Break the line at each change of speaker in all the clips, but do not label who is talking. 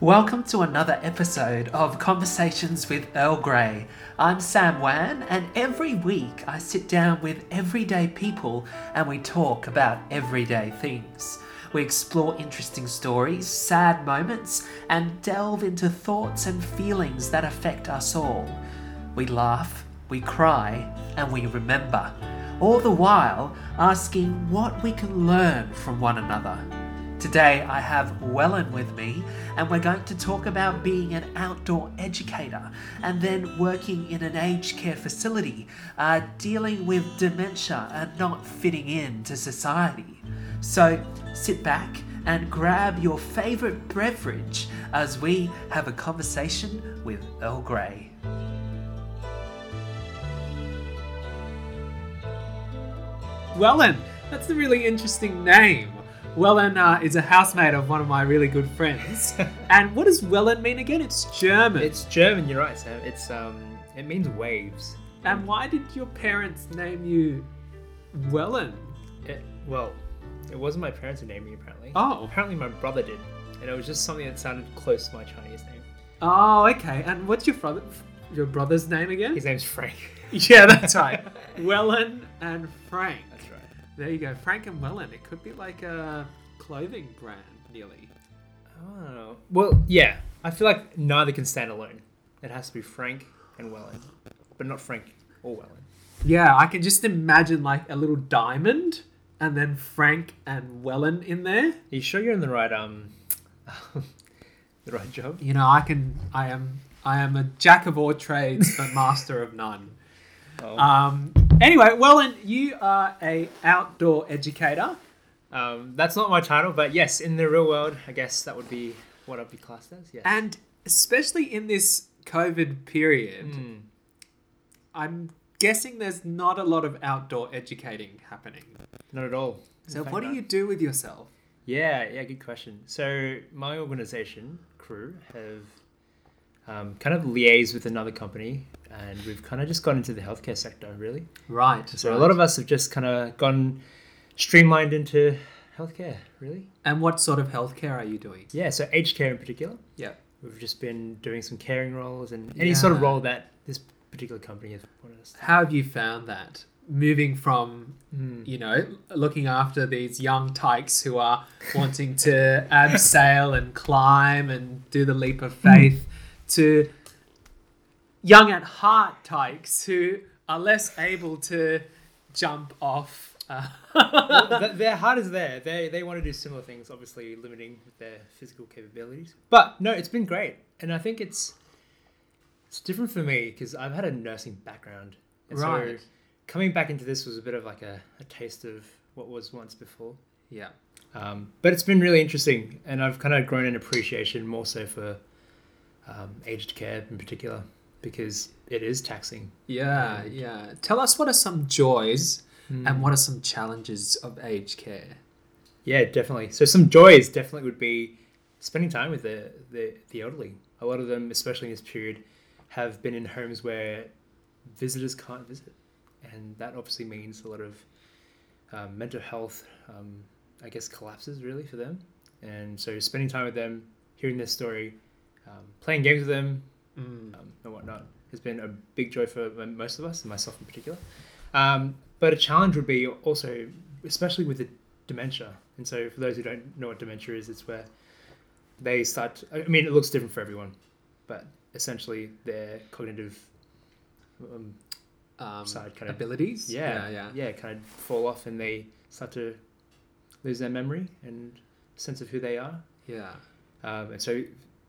Welcome to another episode of Conversations with Earl Grey. I'm Sam Wan, and every week I sit down with everyday people and we talk about everyday things. We explore interesting stories, sad moments, and delve into thoughts and feelings that affect us all. We laugh, we cry, and we remember, all the while asking what we can learn from one another. Today, I have Wellen with me, and we're going to talk about being an outdoor educator and then working in an aged care facility, uh, dealing with dementia and not fitting in to society. So sit back and grab your favourite beverage as we have a conversation with Earl Grey. Wellen, that's a really interesting name. Wellen uh, is a housemate of one of my really good friends. and what does Wellen mean again? It's German.
It's German, you're right, Sam. It's um, it means waves.
and why did your parents name you Wellen?
It, well, it wasn't my parents who named me apparently.
Oh.
Apparently my brother did, and it was just something that sounded close to my Chinese name.
Oh, okay. And what's your brother, your brother's name again?
His name's Frank.
yeah, that's right. Wellen and Frank.
That's right.
There you go. Frank and Wellen. It could be like a clothing brand, nearly.
Oh. Well, yeah. I feel like neither can stand alone. It has to be Frank and Wellen, but not Frank or Wellen.
Yeah, I can just imagine like a little diamond and then Frank and Wellen in there.
Are you sure you're in the right um, the right job?
You know, I can. I am. I am a jack of all trades, but master of none.
Oh.
Um, anyway, Wellen, you are a outdoor educator.
um, that's not my title, but yes, in the real world, I guess that would be what I'd be classed as. Yes.
And especially in this COVID period,
Mm.
I'm guessing there's not a lot of outdoor educating happening.
Not at all.
So,
In fact,
what do
no.
you do with yourself?
Yeah, yeah, good question. So my organization crew have um, kind of liaised with another company, and we've kind of just gone into the healthcare sector, really.
Right.
So a lot of us have just kind of gone streamlined into healthcare, really.
And what sort of healthcare are you doing?
Yeah, so aged care in particular,
Yeah.
we've just been doing some caring roles and any sort of
Yeah.
role that this particular company has wanted us.
How have you found that? Moving from
To. Mm.
you know, looking after these young tykes who are wanting to abseil and climb and do the leap of faith to young at heart tykes who are less able to jump off. Uh,
well, th- their heart is there. They they want to do similar things, obviously limiting their physical capabilities. But no, it's been great, and I think it's it's different for me because I've had a nursing background, and
Right.
so coming back into this was a bit of like a, a taste of what was once before.
yeah.
Um, but it's been really interesting, and I've kind of grown an appreciation more so for um, aged care in particular because it is taxing.
Yeah, yeah. Tell us what are some joys and what are some challenges of aged care?
Yeah, definitely. So some joys definitely would be spending time with the, the, the elderly. A lot of them, especially in this period, have been in homes where visitors can't visit. And that obviously means a lot of um, mental health, um, I guess, collapses really for them. And so spending time with them, hearing their story, um, playing games with them, um, and whatnot has been a big joy for m- most of us, and myself in particular. Um, but a challenge would be also, especially with the dementia. And so, for those who don't know what dementia is, it's where they start. I mean, it looks different for everyone, but essentially their cognitive um,
Um,
Side kind of-
abilities?
yeah,
yeah.
yeah, kind of fall off, and they start to lose their memory and sense of who they are.
Yeah. yeah.
Um, and so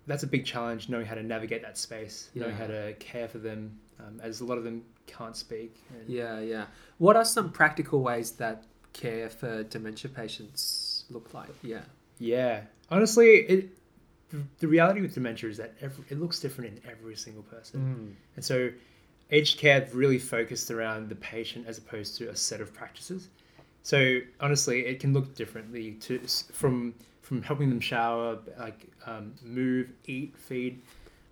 that's a big challenge, knowing how to navigate that space, knowing
Yeah.
how to care for them, um, as a lot of them can't speak. And
Yeah, yeah. What are some practical ways that care for dementia patients look like? Yeah.
yeah. honestly, it, the reality with dementia is that every, it looks different in every single person. And so aged care really focused around the patient as opposed to a set of practices. So honestly, it can look differently to from from helping them shower, like um, move, eat, feed,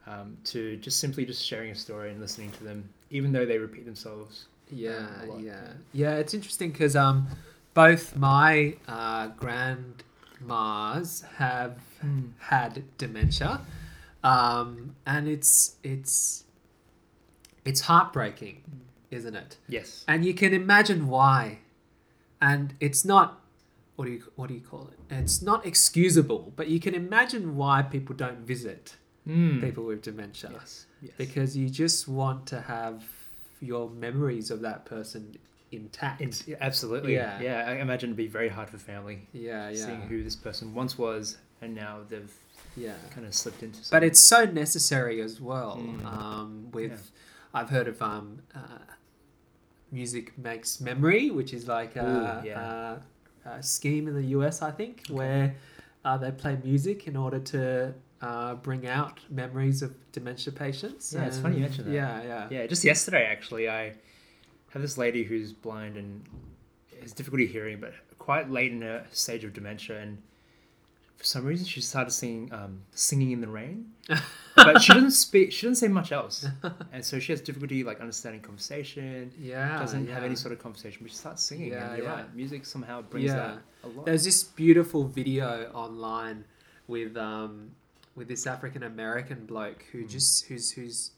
um, to just simply just sharing a story and listening to them, even though they repeat themselves.
Yeah,
a lot,
yeah,
yeah.
yeah. It's interesting because um, both my uh, grand Mars have had dementia, um, and it's it's it's heartbreaking, isn't it?
Yes.
And you can imagine why. And it's not what do you what do you call it? It's not excusable, but you can imagine why people don't visit
Mm.
people with dementia
Yes. Yes.
because you just want to have your memories of that person intact.
It's- yeah, absolutely.
Yeah.
Yeah. Yeah. I imagine it'd be very hard for family
yeah, yeah,
seeing who this person once was and now they've
yeah.
kind of slipped into.
But
something.
it's so necessary as well.
Mm.
Um, with
Yeah.
I've heard of um, uh, music makes memory, which is like a, uh,
Ooh, yeah.
a, a scheme in the US, I think, where uh, they play music in order to uh, bring out memories of dementia patients.
Yeah, it's funny you
and-
mention that.
Yeah, yeah,
Yeah, just yesterday actually, I have this lady who's blind and has difficulty hearing, but quite late in her stage of dementia, and for some reason she started singing um, "Singing in the Rain," but she doesn't speak. She doesn't say much else, and so she has difficulty like understanding conversation.
yeah.
doesn't have
Ah, yeah.
any sort of conversation, but she starts singing.
Yeah,
and you're
yeah.
right. Music somehow brings
Yeah.
that a lot.
There's this beautiful video online with um with this African American bloke who just who's who's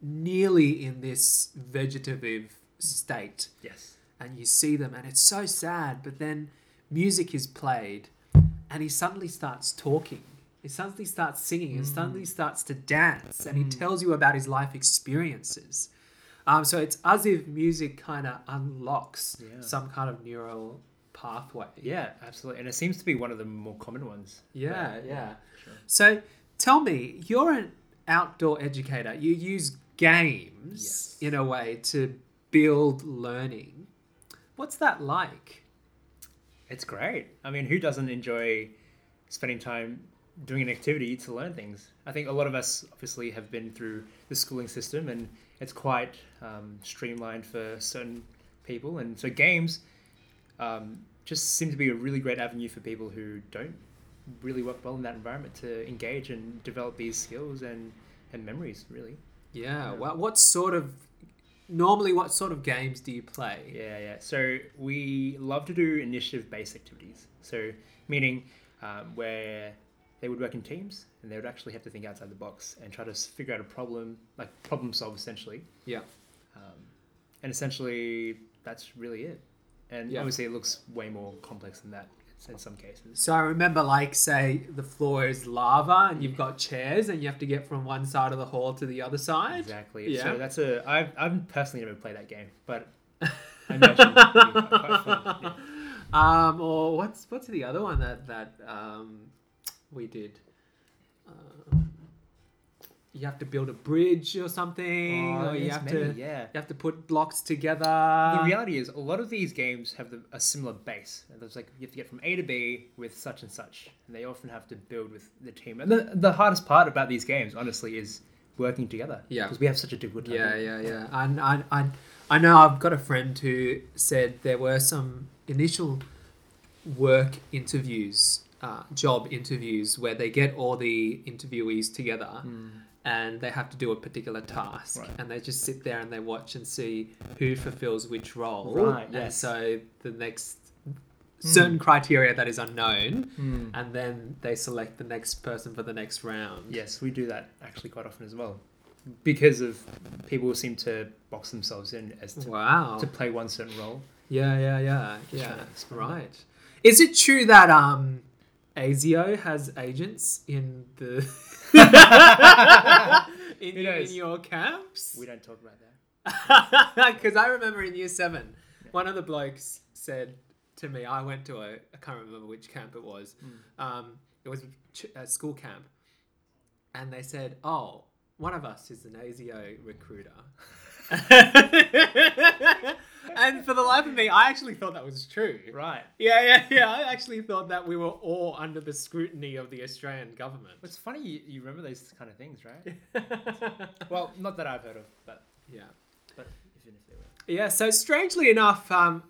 nearly in this vegetative state
yes.
and you see them and it's so sad but then music is played and he suddenly starts talking he suddenly starts singing and suddenly starts to dance and he tells you about his life experiences um, so it's as if music kind of unlocks
Yeah.
some kind of neural pathway
Yeah, absolutely. And it seems to be one of the more common ones.
yeah, yeah.
Sure.
So tell me, you're an outdoor educator. You use games
Yes.
in a way to build learning. What's that like?
It's great. I mean, who doesn't enjoy spending time doing an activity to learn things? I think a lot of us obviously have been through the schooling system and it's quite um, streamlined for certain people. And so games um, just seem to be a really great avenue for people who don't really work well in that environment to engage and develop these skills and, and memories, really.
Yeah. Well, what sort of normally what sort of games do you play?
Yeah, yeah. So we love to do initiative based activities. So, meaning um, where they would work in teams and they would actually have to think outside the box and try to s- figure out a problem, like problem solve essentially.
Yeah.
Um, and essentially, that's really it. And
Yeah.
obviously, it looks way more complex than that in- in some cases.
So I remember, like, say the floor is lava, and you've got chairs, and you have to get from one side of the hall to the other side.
Exactly.
Yeah.
So that's a. I've I've personally never played that game, but I imagine it would be quite quite fun. Yeah.
Um, or what's what's the other one that that um, we did? Um you have to build a bridge or something,
Oh,
or you
yes,
have
many,
to
yeah.
you have to put blocks together. Uh,
the reality is a lot of these games have the, a similar base And there's like you have to get from a to b with such and such and they often have to build with the team and the, the hardest part about these games honestly is working together
Yeah.
because we have such a difficult time
yeah, yeah, yeah. And I, I, I know I've got a friend who said there were some initial work interviews, uh, job interviews, where they get all the interviewees together
Hmm.
and they have to do a particular task,
Right.
and they just sit there and they watch and see who fulfills which role,
Right,
and
yes. Hmm.
so the next. Certain criteria that is unknown, and then they select the next person for the next round.
yes we do that actually quite often as well because of people seem to box themselves in as to,
Wow.
to play one certain role
Yeah, yeah, yeah,
Just
yeah.
trying to expand
Right. Is it true that um, ASIO has agents in the in,
Who
in
knows?
your camps?
we don't talk about that
Because I remember in year seven, one of the blokes said to me, I went to a, I can't remember which camp it was. Um, it was ch- a school camp. And they said, Oh, one of us is an ASIO recruiter. and for the life of me, I actually thought that was true.
right
Yeah, yeah, yeah. I actually thought that we were all under the scrutiny of the Australian government.
it's funny you, you remember those kind of things right well not that i've heard of but
yeah.
but even if they were
Yeah, so strangely enough, um,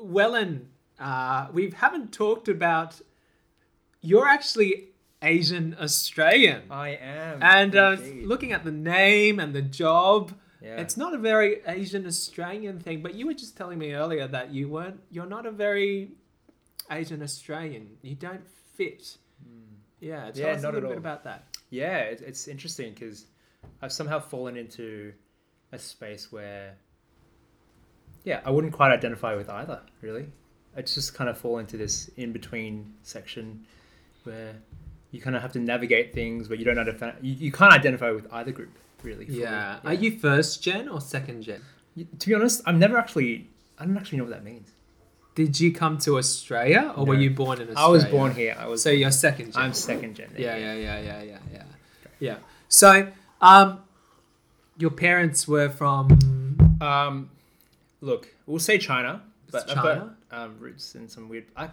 Wellen, uh, we haven't talked about. You're actually Asian Australian.
i am
And uh,
indeed.
looking at the name and the job,
Yeah.
it's not a very Asian Australian thing. But you were just telling me earlier that you weren't. You're not a very Asian Australian. You don't fit. Hmm. Yeah, tell
Yeah,
us
not
a little
at
bit
all.
about that.
Yeah, it, it's interesting because I've somehow fallen into a space where, yeah, I wouldn't quite identify with either, really. I just kind of fall into this in between section where you kind of have to navigate things where you don't identify, you, you can't identify with either group, really. fully.
Yeah. Are you first gen or second gen?
You- To be honest, I'm never actually, I don't actually know what that means.
Did you come to Australia or were
No.
you born in Australia?
I was born here. I was,
So you're second gen.
I'm second gen.
yeah, yeah, yeah, yeah, yeah, yeah. Yeah. So, um, your parents were from
Um, look, we'll say China, but I've
China?
got um, roots in some weird. I,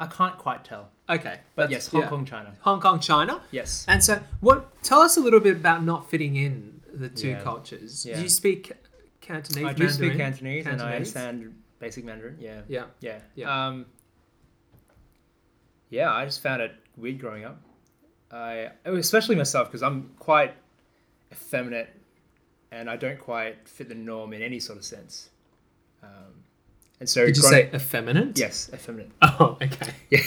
I can't quite tell,
okay,
but
that's-
yes, Hong
yeah.
Kong, China.
Hong Kong, China.
Yes,
And so, what? Tell us a little bit about not fitting in the two
Yeah.
cultures.
Yeah.
Do you speak Cantonese?
I do speak
Mandarin?
Cantonese, and I
Cantonese?
understand basic Mandarin. Yeah,
Yeah.
yeah,
Yeah.
Um, yeah, I just found it weird growing up. I oh, especially myself because I'm quite effeminate, and I don't quite fit the norm in any sort of sense. Um, and so
Did you
growing-
say effeminate?
yes, effeminate?
Oh, okay.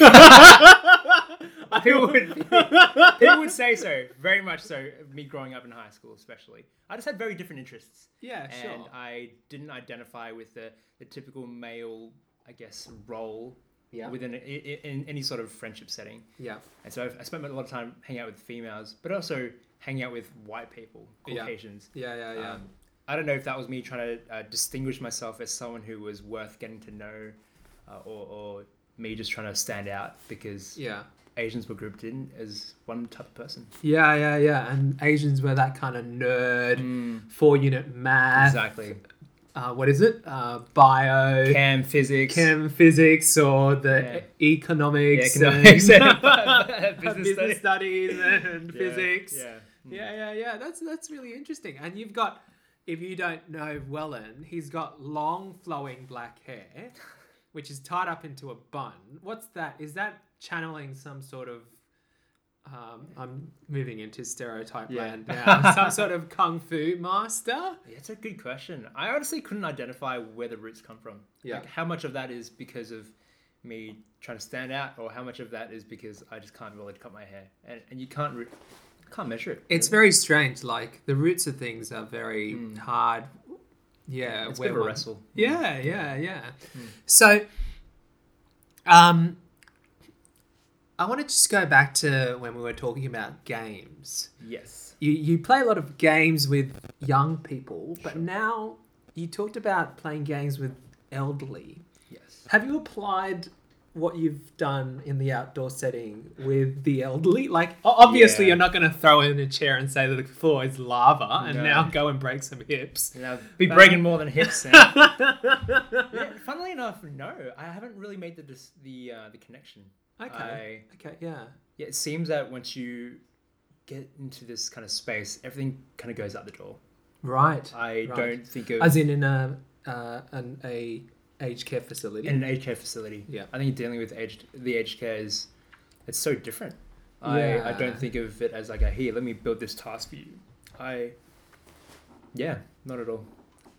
Who would who would say so? Very much so. Me growing up in high school, especially, I just had very different interests,
Yeah, Uh, sure.
and I didn't identify with the, the typical male, I guess, role
Yeah.
within a, i- i- in any sort of friendship setting.
yeah.
And so I've, I spent a lot of time hanging out with females, but also hanging out with white people,
Yeah.
Caucasians.
Yeah, yeah, yeah.
Um, I don't know if that was me trying to uh, distinguish myself as someone who was worth getting to know, uh, or, or me just trying to stand out because
yeah.
Asians were grouped in as one type of person.
Yeah, yeah, yeah. And Asians were that kind of nerd,
Mm.
four unit math.
Exactly.
Uh, what is it? Uh, bio, chem,
Cam physics.
physics, or the e-
yeah,
economics,
economics.
and
business,
business
studies.
studies and
Yeah,
physics. Hmm.
Yeah. Mm.
Yeah, yeah, yeah. That's that's really interesting. And you've got, if you don't know Wellen, he's got long flowing black hair, which is tied up into a bun. What's that? Is that channeling some sort of? Um, I'm moving into stereotype
Yeah.
land now. some sort of kung fu master.
Yeah, It's a good question. I honestly couldn't identify where the roots come from.
Yeah.
Like how much of that is because of me trying to stand out, or how much of that is because I just can't really cut my hair, and, and you can't re- can't measure it.
It's very strange. Like the roots of things are very hard. Yeah,
Hmm. it's a bit of a
one-
wrestle. Hmm.
Yeah, yeah, yeah. So, um, I want to just go back to when we were talking about games.
Yes.
You you play a lot of games with young people, but now you talked about playing games with elderly.
Yes.
Have you applied what you've done in the outdoor setting with the elderly? Like, o- obviously,
Yeah.
you're not going to throw in a chair and say that the floor is lava and
No.
now go and break some hips.
And I'll be
But-
breaking more than hips. then. yeah, funnily enough, no, I haven't really made the dis- the uh, the connection.
Okay.
I-
Okay. Yeah.
yeah, it seems that once you get into this kind of space, everything kind of goes out the door.
Right.
I
Right.
don't think of
As in in a uh, an a aged care facility.
in an aged care facility.
Yeah.
I think dealing with aged the aged care is it's so different. I, I
Yeah.
don't think of it as like a here, let me build this task for you. I yeah, not at all.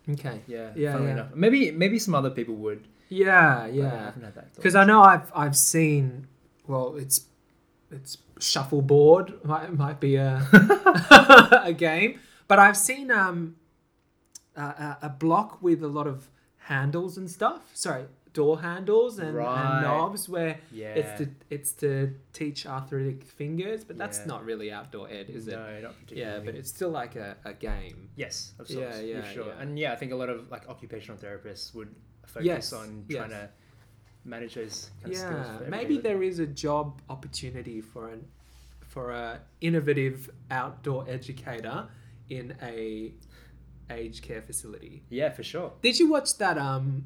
okay.
Yeah,
Yeah,
funnily
yeah.
enough. Maybe maybe some other people would.
Yeah,
but I
yeah.
haven't had that thought.
Because I know I've I've seen. Well, it's it's shuffleboard might might be a a game, but I've seen um a- a, a block with a lot of handles and stuff. Sorry, door handles and,
Right.
and knobs where
yeah.
it's to it's to teach arthritic fingers, but that's
Yeah.
not really outdoor ed, is it?
No, not
Yeah,
particularly.
but it's still like a, a game.
Yes, of
Yeah,
sorts. Yeah,
yeah,
sure.
yeah.
And yeah, I think a lot of like occupational therapists would focus
Yes,
on
yes.
trying to manage those kind of skills.
yeah
for
maybe
everyday
there is a job opportunity for an for a innovative outdoor educator in a aged care facility
living. Yeah, for sure.
did you watch that um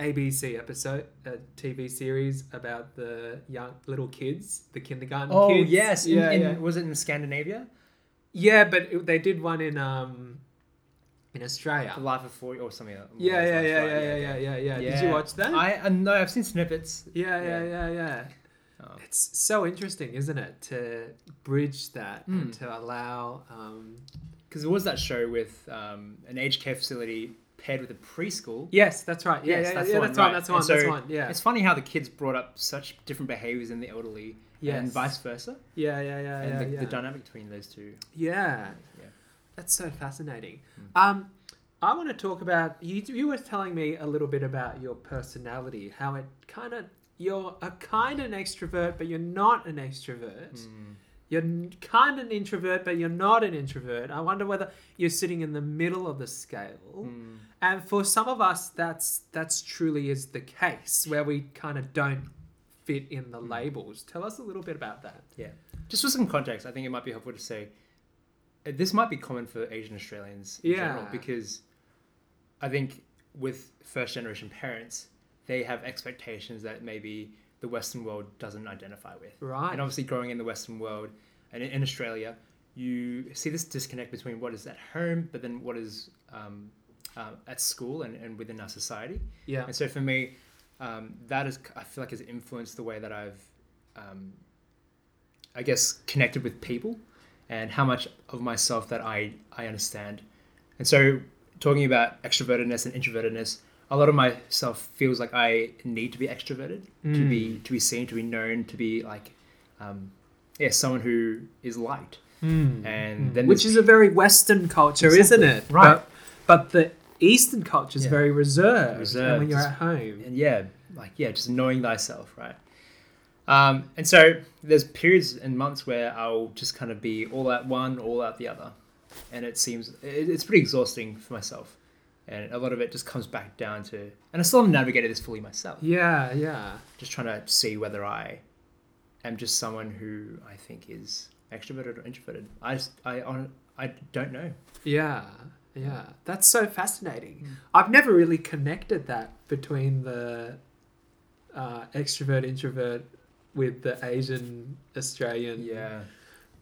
abc episode uh, tv series about the young little kids the kindergarten
Oh
Um, kids
yes, in,
yeah
in-
yeah.
was it in Scandinavia?
yeah but it- they did one in um in australia
The Life of Four or something. Like
yeah yeah
that's
yeah, yeah,
right,
yeah, yeah, yeah, Did you watch that?
I uh, no, I've seen snippets.
yeah, yeah, yeah,
Yeah.
yeah.
Oh.
It's so interesting, isn't it, to bridge that and
Mm.
to allow. Um,
Because there was that show with um, an aged care facility paired with a preschool.
Yes, that's right.
Yeah,
Yes,
yeah,
that's
yeah,
the one.
that's
That's one.
right.
That's the one.
And so
That's the one. Yeah.
It's funny how the kids brought up such different behaviors in the elderly, and
Yes.
vice versa,
Yeah, yeah, yeah,
and
yeah.
the,
yeah.
the dynamic between those two.
yeah.
Yeah. Hmm.
That's so fascinating. Um, I want to talk about you. You were telling me a little bit about your personality, how it kind of you're a kind of an extrovert, but you're not an extrovert.
Mm,
You're kind of an introvert, but you're not an introvert. I wonder whether you're sitting in the middle of the scale.
Hmm. mm.
And for some of us, that's that's truly is the case where we kind of don't fit in
Hmm.
the labels. Tell us a little bit about that.
Yeah. Just for some context, I think it might be helpful to say uh, this might be common for Asian Australians in general
Yeah.
because I think with first generation parents, they have expectations that maybe the Western world doesn't identify with.
Right.
And obviously, growing in the Western world and in in Australia, you see this disconnect between what is at home, but then what is um, um, at school and, and within our society.
Yeah.
And so for me, um, that is, I feel like has influenced the way that I've, um, I guess, connected with people and how much of myself that I, I understand. And so talking about extrovertedness and introvertedness, a lot of myself feels like I need to be extroverted to be, to be seen, to be known, to be like, um, yeah, someone who is liked. Hmm. And then
Mm. which
there's-
is a very Western culture, isn't it?
Right.
But, but the Eastern culture is
Yeah.
very reserved,
Reserved.
and when you're at home.
and yeah, like yeah, just knowing thyself, right? Um, and so there's periods and months where I'll just kind of be all out one, all out the other, and it seems it, it's pretty exhausting for myself, and a lot of it just comes back down to, and I still haven't navigated this fully myself.
Yeah, yeah.
Just trying to see whether I am just someone who I think is extroverted or introverted. I just, I on I don't know.
Yeah, yeah. That's so
Hmm.
fascinating. I've never really connected that between the uh, extrovert introvert with the Asian Australian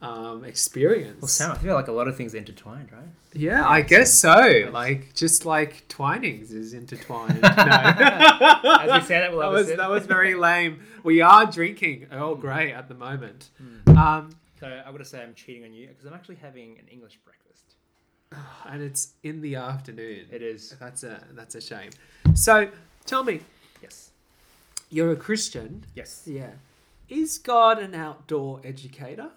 um, experience.
Well, Sam, I feel like a lot of things are intertwined, right?
Yeah, I guess so. Like just like Twinings is intertwined. no.
As we say that, we'll
that
have a
was
sip.
that was very lame. We are drinking
Hmm.
Earl Grey at the moment. Um,
So I gotta say I'm cheating on you because I'm actually having an English breakfast.
and it's in the afternoon.
It is
That's a that's a shame. So tell me,
yes,
you're a Christian.
yes.
Yeah. Is God an outdoor educator?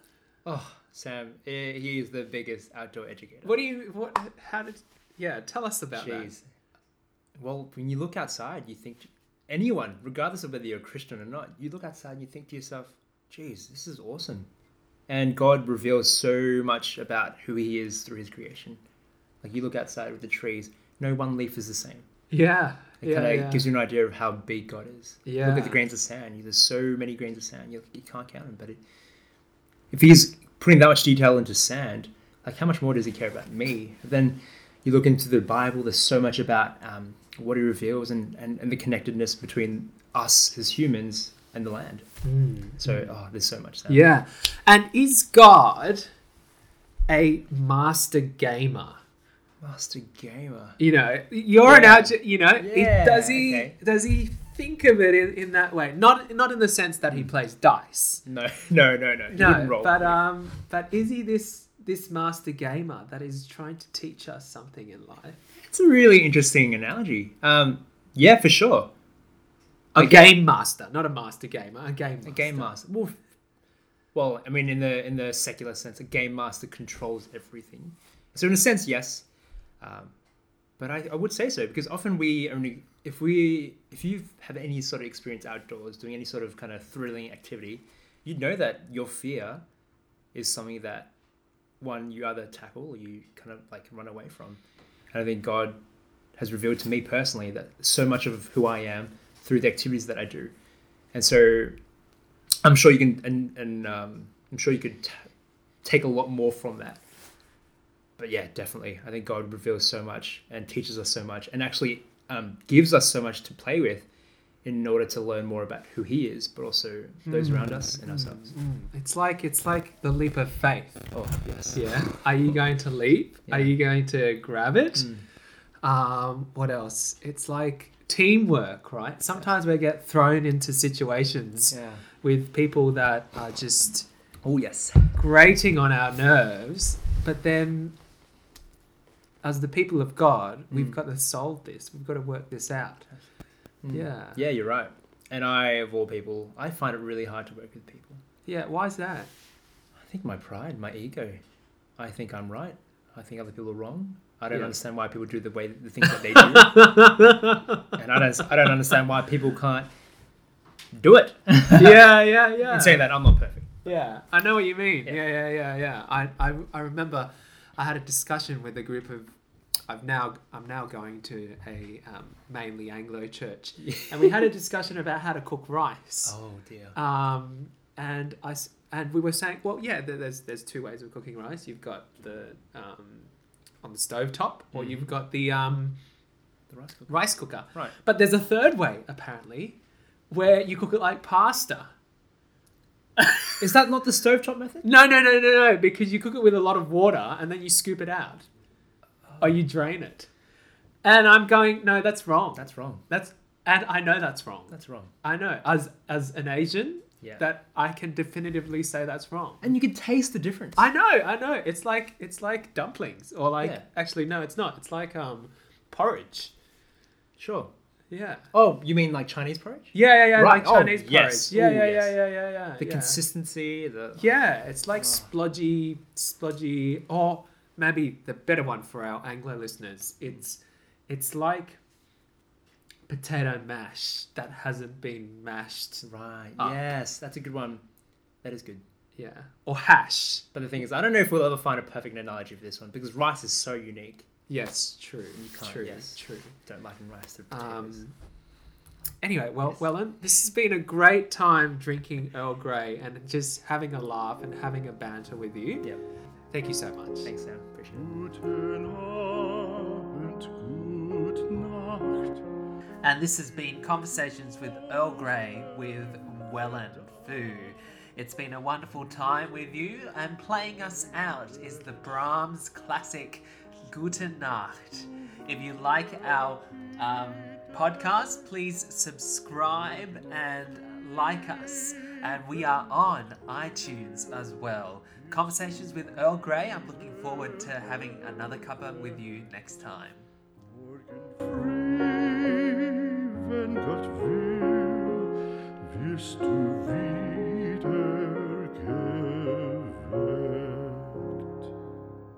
Oh, Sam, eh, he is the biggest outdoor educator.
What do you what how did yeah, tell us about
Jeez. Well, when you look outside, you think anyone, regardless of whether you're a Christian or not, you look outside and you think to yourself, "Geez, this is awesome." And God reveals so much about who He is through His creation. Like you look outside with the trees, no one leaf is the same.
that. Yeah.
It
yeah,
kind of
yeah.
gives you an idea of how big God is. Look at
Yeah.
the grains of sand. There's so many grains of sand. You, you can't count them. But it, if he's putting that much detail into sand, like how much more does he care about me? Then you look into the Bible. There's so much about um, what he reveals and, and, and the connectedness between us as humans and the land. So oh, there's so much. Sand.
Hmm. Mm. Yeah. And is God a master gamer?
Master gamer.
you know you're an
Yeah.
out you know he-
Yeah,
does he
okay.
does he think of it in, in that way not not in the sense that he plays dice
No, no, no, no. Hmm. He
no
wouldn't roll.
but um but is he this this master gamer that is trying to teach us something in life
it's a really interesting analogy. Um, yeah, for sure.
a game master not a master gamer a game master.
A game master. Well, well, I mean, in the in the secular sense, a game master controls everything. So in a sense, yes, um, but I, I would say so because often we only if we if you have any sort of experience outdoors doing any sort of kind of thrilling activity, you know that your fear is something that one you either tackle or you kind of like run away from. And I think God has revealed to me personally that so much of who I am through the activities that I do. And so I'm sure you can, and, and um, I'm sure you could t- take a lot more from that. But yeah, definitely, I think God reveals so much and teaches us so much, and actually um, gives us so much to play with, in order to learn more about who He is, but also
Hmm.
those around us and ourselves.
Mm. it's like it's like the leap of faith
Oh yes,
Hmm. yeah are you going to leap are
Yeah. Mm.
you going to grab it Um, what else? It's like teamwork, right? Sometimes we get thrown into situations
yeah.
with people that are just
Oh yes.
grating on our nerves, but then as the people of God, we've got to solve this. We've got to work this out.
Mm.
Yeah.
Yeah, you're right. And I, of all people, I find it really hard to work with people.
Yeah. Why is that?
I think my pride, my ego. I think I'm right. I think other people are wrong. I don't
Yeah.
understand why people do the way the things that they do, and I don't. I don't understand why people can't do it.
yeah, yeah, yeah.
And saying that, I'm not perfect.
Yeah, I know what you mean.
Yeah.
Yeah, yeah, yeah, yeah. I, I, I remember I had a discussion with a group of. I've now I'm now going to a um, mainly Anglo church, and we had a discussion about how to cook rice.
Oh dear.
Um, and I s- and we were saying, well, yeah, there- there's there's two ways of cooking rice. You've got the um, on the stove top, or you've got the um,
The rice cooker.
rice cooker.
Right.
But there's a third way apparently, where you cook it like pasta.
Is that not the stovetop method?
No, no, no, no, no, because you cook it with a lot of water and then you scoop it out. Or you drain it. And I'm going, no, that's wrong. That's,
That's wrong.
and I know that's wrong.
That's wrong.
I know. As as an Asian,
Yeah.
that I can definitively say that's wrong.
and you can taste the difference.
I know, I know. It's like it's like dumplings or like
Yeah.
actually no, it's not. It's like um porridge.
sure.
Yeah.
Oh, you mean like Chinese porridge?
Yeah, yeah, yeah,
Right,
like
oh,
Chinese
yes.
porridge. Yeah,
Ooh,
yeah,
yes.
yeah, yeah, yeah, yeah.
The
yeah.
consistency, the
Yeah, it's like splodgy, splodgy, or maybe the better one for our Anglo listeners. It's it's like potato mash that hasn't been mashed.
Right.
Up.
Yes, that's a good one. That is good.
Yeah, or hash.
But the thing is, I don't know if we'll ever find a perfect analogy for this one because rice is so unique.
Yes, true,
can't,
true,
yes.
true.
Don't liken rice to potatoes.
Um, anyway, well, Wellen, this has been a great time drinking Earl Grey and just having a laugh and having a banter with you.
Yep.
Thank you so much.
Thanks, Sam. Appreciate it.
Guten Abend, gute Nacht.
And this has been Conversations with Earl Grey with Wellen Fu. It's been a wonderful time with you, and playing us out is the Brahms classic Gute Nacht. If you like our um, podcast, please subscribe and like us. And we are on iTunes as well. Conversations with Earl Grey. I'm looking forward to having another cuppa with you next time.
Morgen früh, wenn Gott will, wirst du